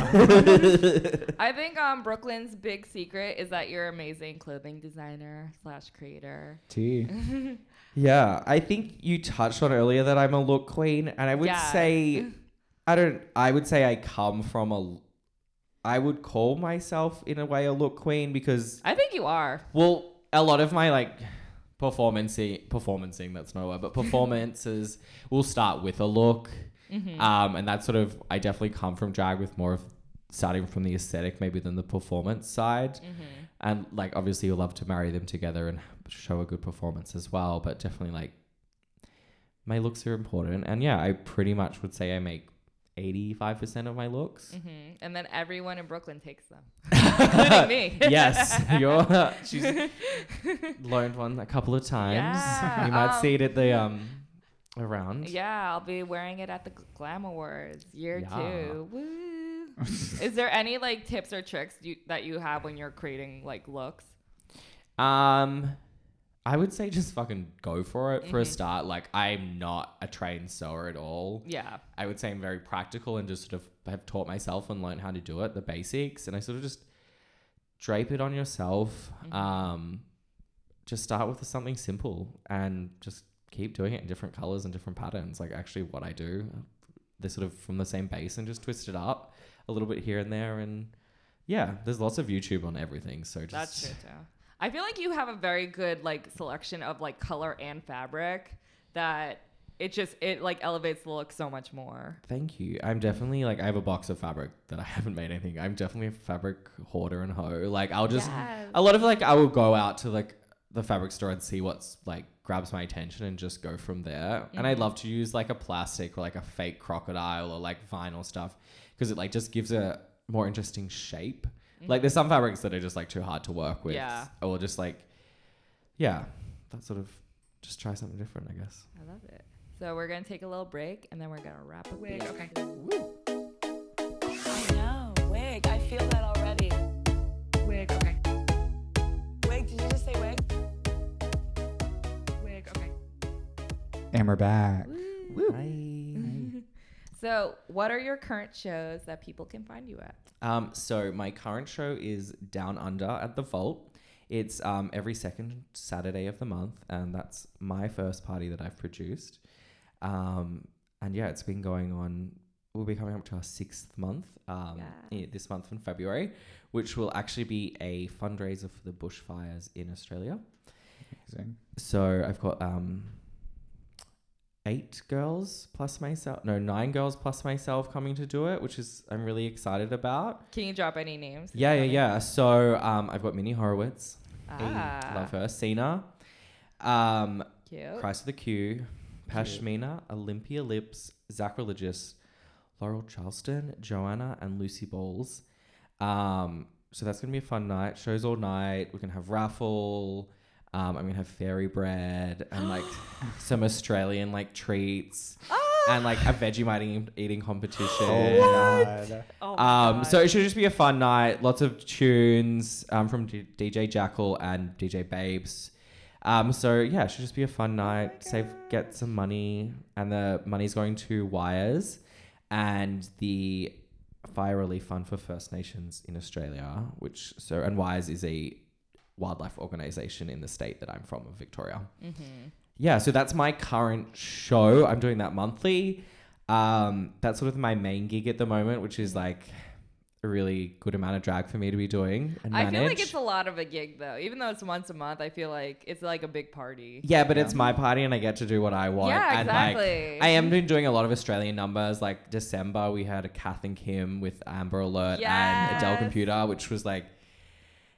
S4: I think um Brooklyn's big secret is that you're an amazing clothing designer slash creator.
S3: Tea.
S5: Yeah, I think you touched on earlier that I'm a look queen, and I would
S4: Yeah.
S5: say, I don't. I would say I come from a. I would call myself in a way a look queen because
S4: I think you are.
S5: well, a lot of my like performancing, performancing that's no word, but performances will start with a look,
S4: Mm-hmm.
S5: um, and that's sort of I definitely come from drag with more of starting from the aesthetic maybe than the performance side,
S4: Mm-hmm,
S5: and like obviously you love to marry them together and show a good performance as well, but definitely like my looks are important, and yeah, I pretty much would say I make. 85% of my looks.
S4: Mhm. And then everyone in Brooklyn takes them, including me.
S5: yes, you're she's loaned one a couple of times.
S4: Yeah,
S5: you might
S4: um,
S5: see it at the um around.
S4: Yeah, I'll be wearing it at the Gl- Glam Awards year
S5: Yeah.
S4: two. Woo. Is there any like tips or tricks you, that you have when you're creating like looks?
S5: Um I would say just fucking go for it for
S4: Mm-hmm.
S5: a start. Like I'm not a trained sewer at all.
S4: Yeah.
S5: I would say I'm very practical and just sort of have taught myself and learned how to do it, the basics, and I sort of just drape it on yourself.
S4: Mm-hmm.
S5: Um, just start with something simple and just keep doing it in different colors and different patterns. Like actually, what I do, they're sort of from the same base and just twist it up a little bit here and there. And yeah, there's lots of YouTube on everything, so just
S4: That's true too. I feel like you have a very good like selection of like color and fabric that it just it like elevates the look so much more.
S5: Thank you. I'm definitely like I have a box of fabric that I haven't made anything. I'm definitely a fabric hoarder and hoe. Like I'll just
S4: Yes.
S5: a lot of like I will go out to like the fabric store and see what's like grabs my attention and just go from there. And I'd love to use like a plastic or like a fake crocodile or like vinyl stuff because it like just gives a more interesting shape. Like there's some fabrics that are just like too hard to work with.
S4: Yeah.
S5: Or just like yeah, that sort of just try something different, I guess.
S4: I love it. So we're gonna take a little break and then we're gonna wrap up.
S2: Wig,
S4: the-
S2: okay.
S1: I know. Wig. I feel that already.
S2: Wig, okay.
S1: Wig. Did you just say wig?
S2: Wig, okay.
S3: And we're back.
S4: So what are your current shows that people can find you at?
S5: Um, so my current show is Down Under at the Vault. It's um, every second Saturday of the month, and that's my first party that I've produced. Um, and yeah, it's been going on. We'll be coming up to our sixth month um,
S4: Yeah.
S5: i- this month in February, which will actually be a fundraiser for the bushfires in Australia.
S3: Amazing.
S5: So I've got um, eight girls plus myself, no, nine girls plus myself coming to do it, which is I'm really excited about.
S4: Can you drop any names?
S5: Yeah, yeah, yeah. So um, I've got Minnie Horowitz. Hey,
S4: Ah, Oh.
S5: Love her. Cena. Um,
S4: Cute.
S5: Christ of the Q. Pashmina. Olympia Lips. Zach Religious. Laurel Charleston. Joanna. And Lucy Bowles. Um, so that's going to be a fun night. Shows all night. We're going to have raffle. Um, I'm going to have fairy bread and like some Australian like treats.
S4: Ah!
S5: And like a Vegemite eating- eating competition.
S3: Oh God.
S4: Oh my
S5: Um,
S4: God.
S5: so it should just be a fun night. Lots of tunes um, from D- DJ Jackal and DJ Babes. Um, so yeah, it should just be a fun
S4: Oh
S5: night. Save, get some money, and the money's going to Wires and the Fire Relief Fund for First Nations in Australia. Which so and Wires is a wildlife organization in the state that I'm from, of Victoria.
S4: Mm-hmm.
S5: Yeah, so that's my current show. I'm doing that monthly. Um, that's sort of my main gig at the moment, which is like a really good amount of drag for me to be doing and
S4: I
S5: manage.
S4: feel like it's a lot of a gig though. Even though it's once a month, I feel like it's like a big party.
S5: yeah, but it's my party and I get to do what I want.
S4: Yeah,
S5: and, like,
S4: exactly.
S5: I am been doing a lot of Australian numbers. Like December, we had a Kath and Kim with Amber Alert and Adele
S4: Yes.
S5: Computer, which was like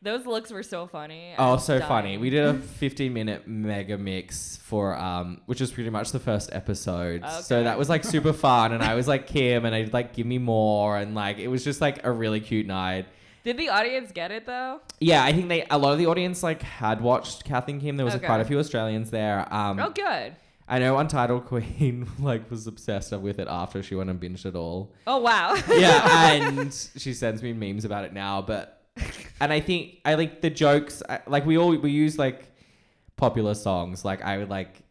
S4: Those looks were so funny. I
S5: Oh,
S4: was
S5: so
S4: dying.
S5: funny. We did a 15 minute mega mix for, um, which is pretty much the first episode. So
S4: Okay.
S5: that was like super fun. And I was like, Kim, and I did like, give me more. And like, it was just like a really cute night.
S4: Did the audience get it though?
S5: Yeah, I think they, a lot of the audience like had watched Kath and Kim. There was
S4: Okay.
S5: quite a few Australians there. Um,
S4: Oh, good.
S5: I know Untitled Queen like was obsessed with it after she went and binged it all
S4: Oh wow.
S5: yeah, and she sends me memes about it now. But and I think I like the jokes. I, like we all we use like popular songs. Like I would like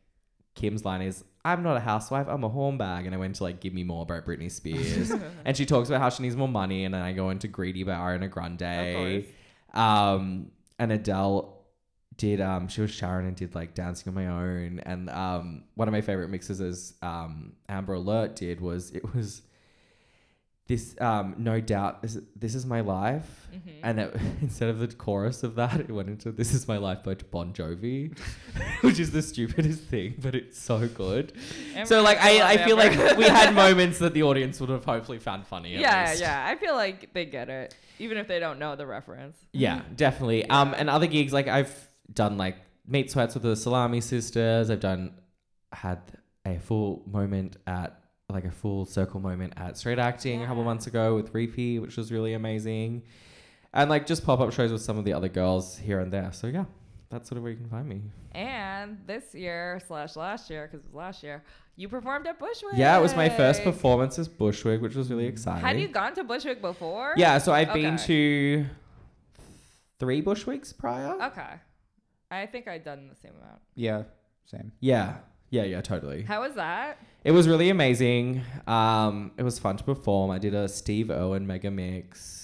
S5: Kim's line is "I'm not a housewife, I'm a hornbag," and I went to like "Give Me More" by Britney Spears, and she talks about how she needs more money, and then I go into "Greedy" by Ariana Grande.
S4: course.
S5: Um, and Adele did um she was Sharon and did like dancing on my own and um one of my favorite mixes is um Amber Alert did was it was this um no doubt is it- this is my life and it, instead of the chorus of that it went into this is my life by Bon Jovi which is the stupidest thing but it's so good so like I, I feel like we had moments that the audience would have hopefully found funny at
S4: yeah,
S5: least.
S4: yeah. I feel like they get it, even if they don't know the reference.
S5: Yeah,
S4: Mm-hmm.
S5: definitely. Um, and other gigs like I've done like meat sweats with the Salami Sisters. I've done had a full moment at like a full circle moment at Straight Acting a couple months ago with Reefy, which was really amazing. And like just pop up shows with some of the other girls here and there. So yeah, that's sort of where you can find me.
S4: And this year slash last year, because it was last year, you performed at Bushwick.
S5: Yeah, it was my first performance as Bushwick, which was really exciting.
S4: Had Mm. you gone to Bushwick before?
S5: Yeah, so I've been
S4: Okay.
S5: to three Bushwicks prior.
S4: Okay. I think I'd done the same amount.
S3: Yeah, same.
S5: Yeah, yeah, yeah, totally.
S4: How was that?
S5: It was really amazing. Um, it was fun to perform. I did a Steve Owen mega mix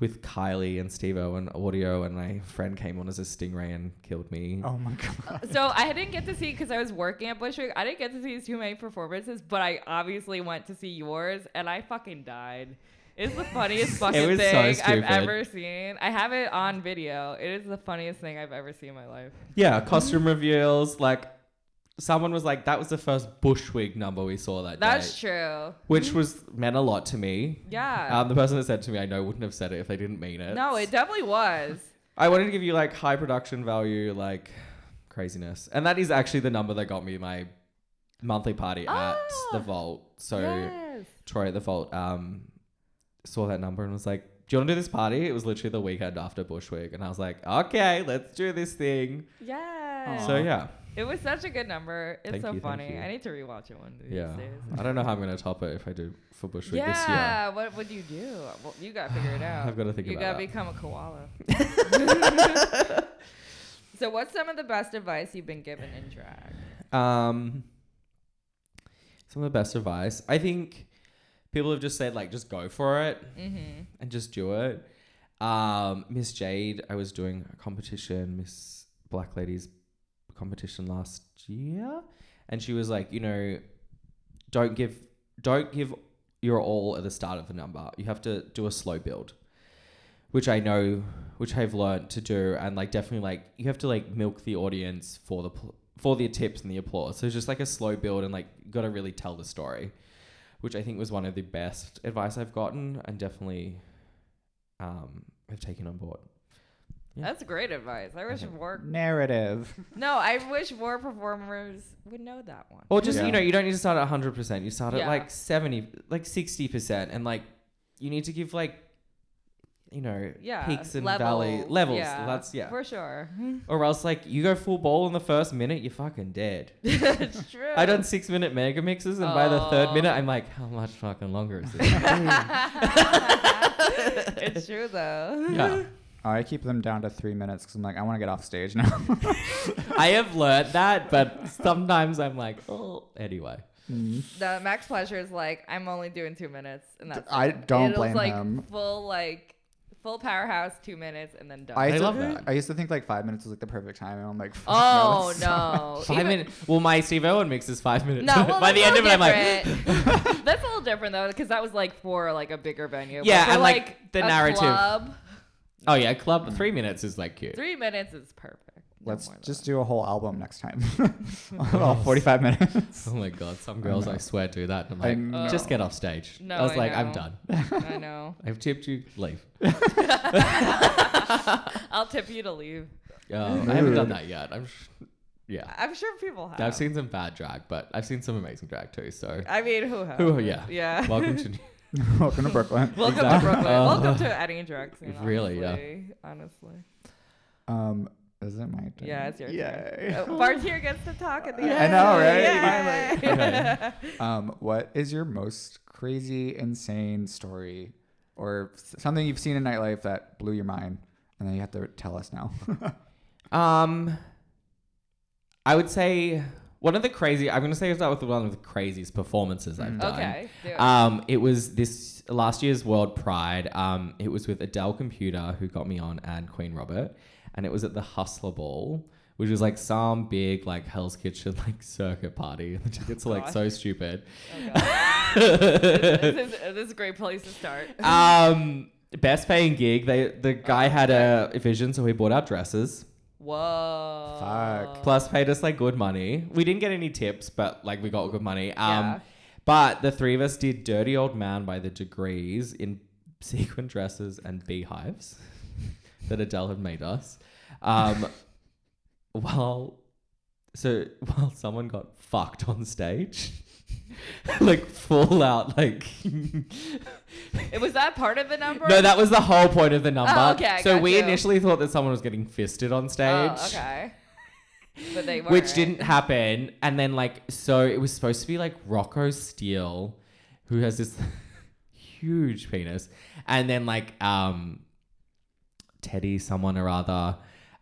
S5: with Kylie and Steve Owen audio, and my friend came on as a stingray and killed me.
S3: Oh my god.
S4: So I didn't get to see because I was working at Bushwick. I didn't get to see too many performances, but I obviously went to see yours, and I fucking died. It's the funniest fucking
S5: was so
S4: thing I've
S5: stupid.
S4: ever seen. I have it on video. It is the funniest thing I've ever seen in my life.
S5: Yeah, costume reveals, like someone was like, that was the first Bushwig number we saw that day.
S4: That's true.
S5: Which was meant a lot to me.
S4: Yeah.
S5: Um, the person that said to me, I know wouldn't have said it if they didn't mean it.
S4: no, it definitely was.
S5: I wanted to give you like high production value, like craziness, and that is actually the number that got me my monthly party at the
S4: Ah,
S5: Vault. So
S4: yes.
S5: Troy at the Vault um, saw that number and was like, "Do you want to do this party?" It was literally the weekend after Bushwick, and I was like, "Okay, let's do this thing."
S4: Yes.
S5: So
S3: Aw.
S5: yeah,
S4: It was such a good number. It's
S5: Oh. Thank
S4: so
S5: you, thank
S4: funny.
S5: you.
S4: I need to rewatch it one of these
S5: yeah.
S4: days.
S5: I don't know how I'm gonna top it if I do for Bushwick this year.
S4: Yeah, what would you do? Well, you gotta figure it out.
S5: I've gotta think
S4: You
S5: about
S4: gotta
S5: that.
S4: become a koala. so, what's some of the best advice you've been given in drag?
S5: Um, some of the best advice, I think. People have just said like, just go for it.
S4: Mm-hmm.
S5: and just do it. Um, Miss Jade, I was doing a competition, Miss Black Ladies competition last year, and she was like, you know, don't give, don't give your all at the start of the number. You have to do a slow build, which I know, which I've learned to do, and like definitely like you have to like milk the audience for the pl- for the tips and the applause. So it's just like a slow build, and like got to really tell the story which I think was one of the best advice I've gotten and definitely um, have taken on board. Yeah.
S4: That's great advice. I wish
S5: Okay.
S4: more.
S3: Narrative.
S4: No, I wish more performers would know that one.
S5: Or just,
S3: Yeah.
S5: you know, you don't need to start at 100%. You start at
S4: Yeah.
S5: like 70, like 60%. And like, you need to give like, you know,
S4: Yeah,
S5: peaks and valley
S4: level,
S5: levels.
S4: yeah,
S5: That's, yeah.
S4: For sure.
S5: Or else like you go full ball in the first minute, you're fucking dead.
S4: it's true.
S5: I done six minute mega mixes, and by the third
S4: Oh.
S5: minute, I'm like, how much fucking longer is this?
S4: it's true though.
S5: yeah.
S3: I keep them down to three minutes because I'm like, I want to get off stage now. Mm-hmm.
S5: I have learned that, but sometimes I'm like, oh, anyway. Mm-hmm.
S4: The Max Pleasure is like, I'm only doing two minutes, and that's
S3: I
S4: it.
S3: don't
S4: it was
S3: blame
S4: like
S3: him.
S4: Full like full powerhouse, two minutes, and then done.
S3: I, used
S5: love
S3: to,
S5: that.
S3: I used to think like five minutes was like the perfect time, and I'm like, fuck,
S4: oh
S3: that's-
S4: no,
S5: Five
S4: Even-
S5: minutes. Well, my Steve Owen mix is five minutes.
S4: No, well,
S5: by
S4: that's
S5: the
S4: a
S5: end of it, I'm
S4: little
S5: like,
S4: different. that's a little different though, because that was like for like a bigger venue. But
S5: Yeah,
S4: for,
S5: and, like, the
S4: a
S5: narrative.
S4: Club,
S5: oh yeah, club three minutes is like cute.
S4: three minutes is perfect. No
S3: Let's
S4: more than
S3: just do a whole album next time. All 45 minutes.
S5: Oh my god, some girls I, swear do that. And
S3: I
S5: I'm like,
S3: know.
S5: just get off stage.
S4: No,
S5: I was
S4: I
S5: like, I'm
S4: know.
S5: done.
S4: that. I know.
S5: I've tipped you. Leave.
S4: I'll tip you to leave.
S5: Um, I haven't done that yet. I'm. Sh- yeah,
S4: I'm sure people have.
S5: I've seen some bad drag, but I've seen some amazing drag too. So,
S4: I mean, who has?
S5: oh yeah,
S4: Yeah.
S5: Welcome to.
S3: Welcome to Brooklyn.
S4: Welcome
S5: Exactly.
S4: to Brooklyn.
S5: Uh,
S4: Welcome to any drag scene.
S5: really, yeah.
S4: honestly, Honestly.
S3: Um, is it my turn?
S4: Yeah, it's your turn.
S3: Yay.
S4: Uh, Bartier gets to talk at the
S3: I
S4: end.
S3: know, right?
S4: Yay.
S3: Um, what is your most crazy, insane story or s- something you've seen in nightlife that blew your mind? And then you have to tell us now.
S5: Um, I would say one of the crazy. I'm gonna say start with one of the craziest performances I've done.
S4: Mm. okay. do it.
S5: Um, it was this last year's World Pride. Um, it was with Adele Computer who got me on and Queen Robert, and it was at the Hustler Ball, which was like some big like Hell's Kitchen like circuit party. The tickets are like so stupid.
S4: Oh, God. this, is, this is a great place to start.
S5: um, best paying gig. They the guy had a vision, so he bought our dresses.
S4: Whoa. Oh.
S3: Fuck.
S5: Plus, paid us like good money. We didn't get any tips, but like we got good money. Um,
S4: Yeah.
S5: but the three of us did "Dirty Old Man" by the Degrees in sequin dresses and beehives that Adele had made us. Um, while so while someone got fucked on stage, like full out, like
S4: It was that part of the number?
S5: no, that was the whole point of the number.
S4: Oh, okay, I
S5: so
S4: got
S5: we
S4: you.
S5: initially thought that someone was getting fisted on stage
S4: Oh, okay. But they were.
S5: which didn't happen. And then like so, it was supposed to be like Rocco Steele, who has this huge penis, and then like um, Teddy, someone or other.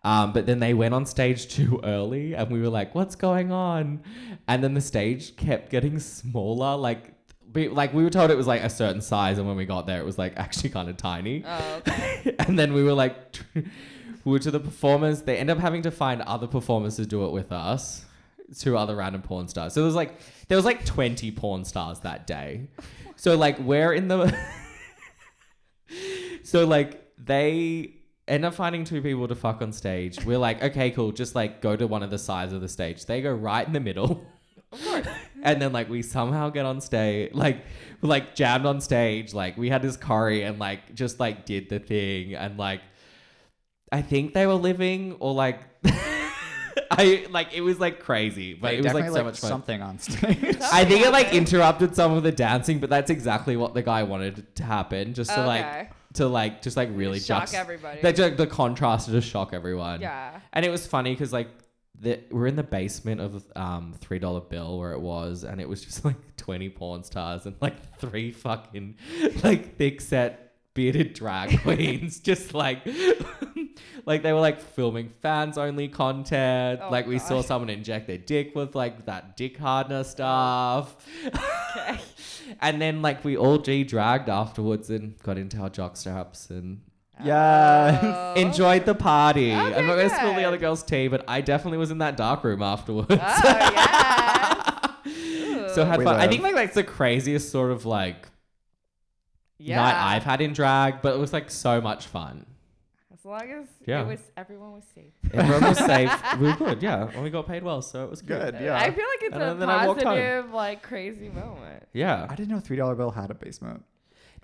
S5: Um, but then they went on stage too early, and we were like, "What's going on?" And then the stage kept getting smaller. Like, we, like we were told it was like a certain size, and when we got there, it was like actually kind of tiny
S4: Oh, okay.
S5: and then we were like, we were to the performers. They end up having to find other performers to do it with us, two other random porn stars. So there was like, there was like twenty porn stars that day. So like, we're in the. so like they end up finding two people to fuck on stage. We're like, okay, cool, just like go to one of the sides of the stage. They go right in the middle. Of course. and then like we somehow get on stage, like we're, like jammed on stage, like we had this curry and like just like did the thing and like I think they were living or like I like it was like crazy, but
S3: They
S5: it was like so
S3: definitely
S5: much fun.
S3: something on stage.
S5: I think it like interrupted some of the dancing, but that's exactly what the guy wanted to happen, just to
S4: Okay.
S5: like to like just like really
S4: Shock
S5: juxt-
S4: everybody.
S5: That like the contrast to just shock everyone.
S4: Yeah.
S5: and it was funny because like the, we're in the basement of um three dollar bill where it was, and it was just like twenty porn stars and like three fucking like thick set bearded drag queens just like like they were like filming fans only content
S4: Oh
S5: like we saw
S4: gosh.
S5: someone inject their dick with like that dick hardener stuff
S4: Oh. Okay.
S5: and then like we all G dragged afterwards and got into our jock straps and
S4: Oh. Yes.
S5: enjoyed the party. I'm
S4: Okay,
S5: not gonna spill the
S4: good.
S5: other girls' tea, but I definitely was in that dark room afterwards.
S4: Oh yeah.
S5: so had
S3: We
S5: fun. I
S3: love.
S5: think like that's the craziest sort of like
S4: yeah.
S5: night I've had in drag, but it was like so much fun.
S4: As long as
S5: Yeah.
S4: it was, everyone was safe.
S5: Everyone was safe. we were good, yeah. And we got paid well, so it was good.
S3: Good, yeah.
S4: I feel like it's
S5: And
S4: a
S5: then I walked home.
S4: positive, like crazy moment.
S3: I
S5: Yeah.
S3: didn't know three dollar bill had a basement.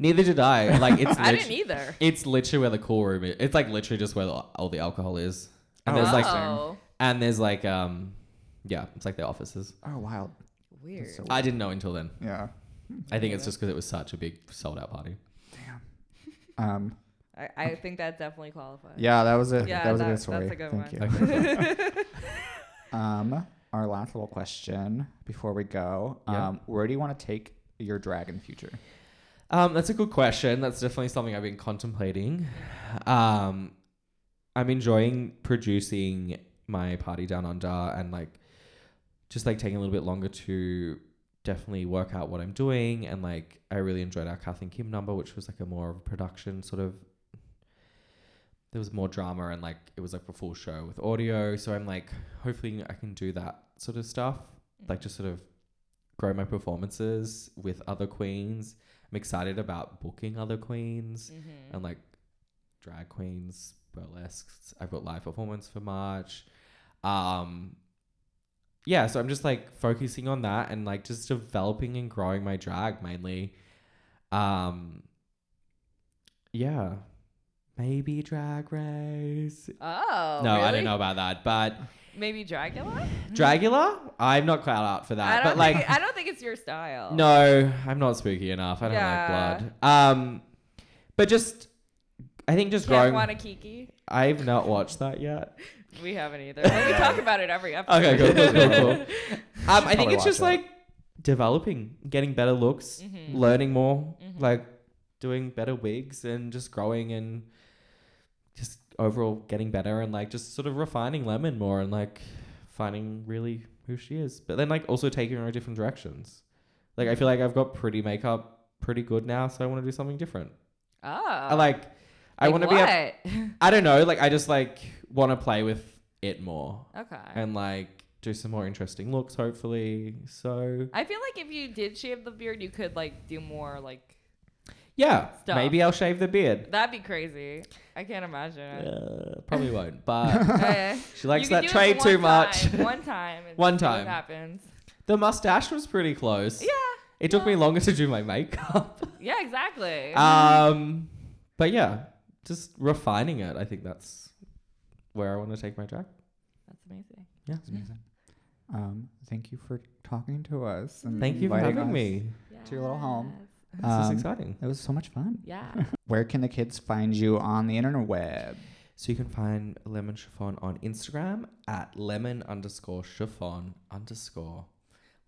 S5: Neither did I. Like it's
S4: I didn't
S5: lit-
S4: either.
S5: It's literally where the cool room is. It's like literally just where the, all the alcohol is. And
S3: Oh,
S5: there's like
S4: oh,
S5: and there's like um yeah, it's like the offices.
S3: Oh wild.
S4: weird.
S3: So-
S5: I didn't know until then.
S3: Yeah.
S5: I think it's just because it was such a big sold out party.
S3: Um.
S4: I, I think that definitely qualifies.
S3: Yeah, that was a
S4: Yeah,
S3: that was
S4: that-
S3: a good
S4: that's
S3: story.
S4: a good
S3: Thank
S4: one.
S3: you.
S4: Yeah.
S3: Um, our last little question before we go.
S5: Yeah.
S3: Um, where do you want to take your drag in the future?
S5: Um, that's a good question. That's definitely something I've been contemplating. Um, I'm enjoying producing my party down under and like just like taking a little bit longer to definitely work out what I'm doing. And like, I really enjoyed our Kath and Kim number, which was like a more of a production sort of. There was more drama and like it was like a full show with audio. So I'm like, hopefully I can do that sort of stuff. Like, just sort of grow my performances with other queens. I'm excited about booking other queens
S4: Mhm.
S5: and like drag queens, burlesques. I've got live performance for March. Um yeah, so I'm just like focusing on that and like just developing and growing my drag mainly. Um yeah. Maybe drag race.
S4: Oh.
S5: no, I
S4: really?
S5: don't know about that. But
S4: Maybe Dracula. Hmm.
S5: Dragula? I'm not cloud out for
S4: I
S5: that.
S4: don't
S5: But like
S4: think, I don't think it's your style.
S5: No, I'm not spooky enough. I don't
S4: Yeah.
S5: like blood. Um, but just, I think just
S4: Can't
S5: growing.
S4: want a Kiki.
S5: I've not watched that yet.
S4: We haven't either. We talk about it every episode.
S5: Okay, cool, cool, cool, cool. Um, I think
S3: Probably
S5: it's just
S3: watch it.
S5: like developing, getting better looks, learning more, like doing better wigs, and just growing and just overall getting better and like just sort of refining Lemon more and like finding really who she is. But then like also taking her in different directions. Like I feel like I've got pretty makeup pretty good now, so I want to do something different.
S4: Oh.
S5: I like. I want to be. A,
S4: be.
S5: I don't know. Like I just like want to play with it more
S4: okay.
S5: and like do some more interesting looks, hopefully. So
S4: I feel like if you did shave the beard, you could like do more like.
S5: yeah,
S4: Stuff.
S5: maybe I'll shave the beard.
S4: That'd be crazy. I can't imagine.
S5: Uh, probably won't, but
S4: Okay.
S5: she likes
S4: You can
S5: that
S4: do it
S5: trade
S4: one
S5: too
S4: time,
S5: much.
S4: One time. and
S5: One
S4: see what
S5: time.
S4: happens.
S5: the mustache was pretty close.
S4: Yeah.
S5: It took me longer to do my makeup.
S4: Yeah, exactly.
S3: Uh,
S5: um, but yeah, just refining it. I think that's where I want to take my drag.
S4: That's amazing.
S5: Yeah.
S3: It's amazing. Um, thank you for talking to us. And
S5: Thank you for
S3: inviting
S5: having
S3: us.
S5: me.
S3: To your little home.
S4: Yes.
S5: This
S3: Um,
S5: is exciting.
S3: It was so much fun.
S4: Yeah.
S3: Where can the kids find you on the interweb?
S5: So you can find Lemon Chiffon on Instagram at lemon underscore chiffon underscore.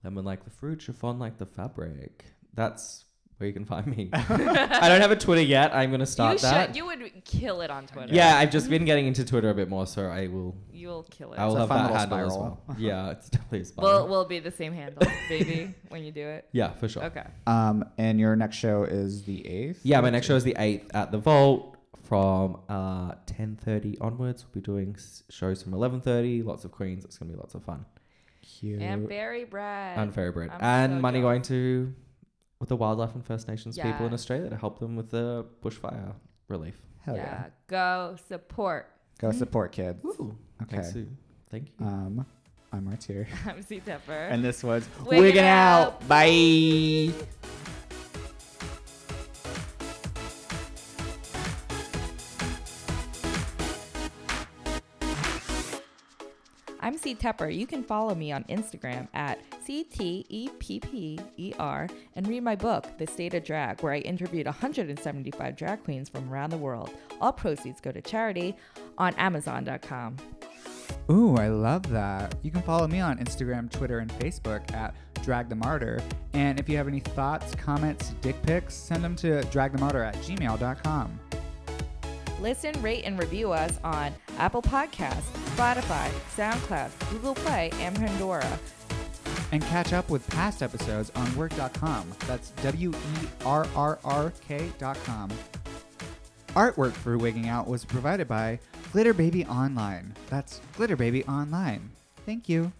S5: Lemon like the fruit, chiffon like the fabric. That's where you can find me. I don't have a Twitter yet. I'm going to start
S4: you
S5: that.
S4: should. You would kill it on Twitter.
S5: yeah, I've just been getting into Twitter a bit more, so I will.
S4: You'll kill it.
S5: I will
S3: a
S5: have
S3: fun
S5: that
S3: little
S5: handle as
S3: spiral.
S5: well. Yeah, it's definitely a spiral.
S4: We'll, we'll be the same handle, baby, when you do it.
S5: yeah, for sure.
S4: Okay.
S3: Um, and your next show is the eighth.
S5: Yeah, my next show is the eighth at the Vault from uh 10:30 onwards. We'll be doing s- shows from 11:30. Lots of queens. It's gonna be lots of fun.
S3: Cute.
S4: And Barry Brad.
S5: and fairy bread
S4: I'm
S5: and
S4: so
S5: money
S4: jealous.
S5: going to with the wildlife and First Nations people in
S4: Yeah.
S5: Australia to help them with the bushfire relief.
S3: Hell yeah.
S4: Go support.
S3: Go support kids.
S5: Ooh.
S3: Okay.
S5: Thanks, Sue. Thank you.
S3: Um, I'm right here.
S4: I'm C. Tepper.
S3: And this was
S4: Wigging
S3: Wigging
S4: Out.
S3: Out. Bye.
S4: I'm C Tepper. You can follow me on Instagram at C T E P P E R and read my book, The State of Drag, where I interviewed 175 drag queens from around the world. All proceeds go to charity on Amazon.com.
S3: Ooh, I love that. You can follow me on Instagram, Twitter, and Facebook at Drag the Martyr. And if you have any thoughts, comments, dick pics, send them to dragthemartyr at gmail.com.
S4: Listen, rate, and review us on Apple Podcasts, Spotify, SoundCloud, Google Play, and Pandora.
S3: And catch up with past episodes on work.com. That's W E R R R K.com. Artwork for Wigging Out was provided by Glitter Baby Online. That's Glitter Baby Online. Thank you.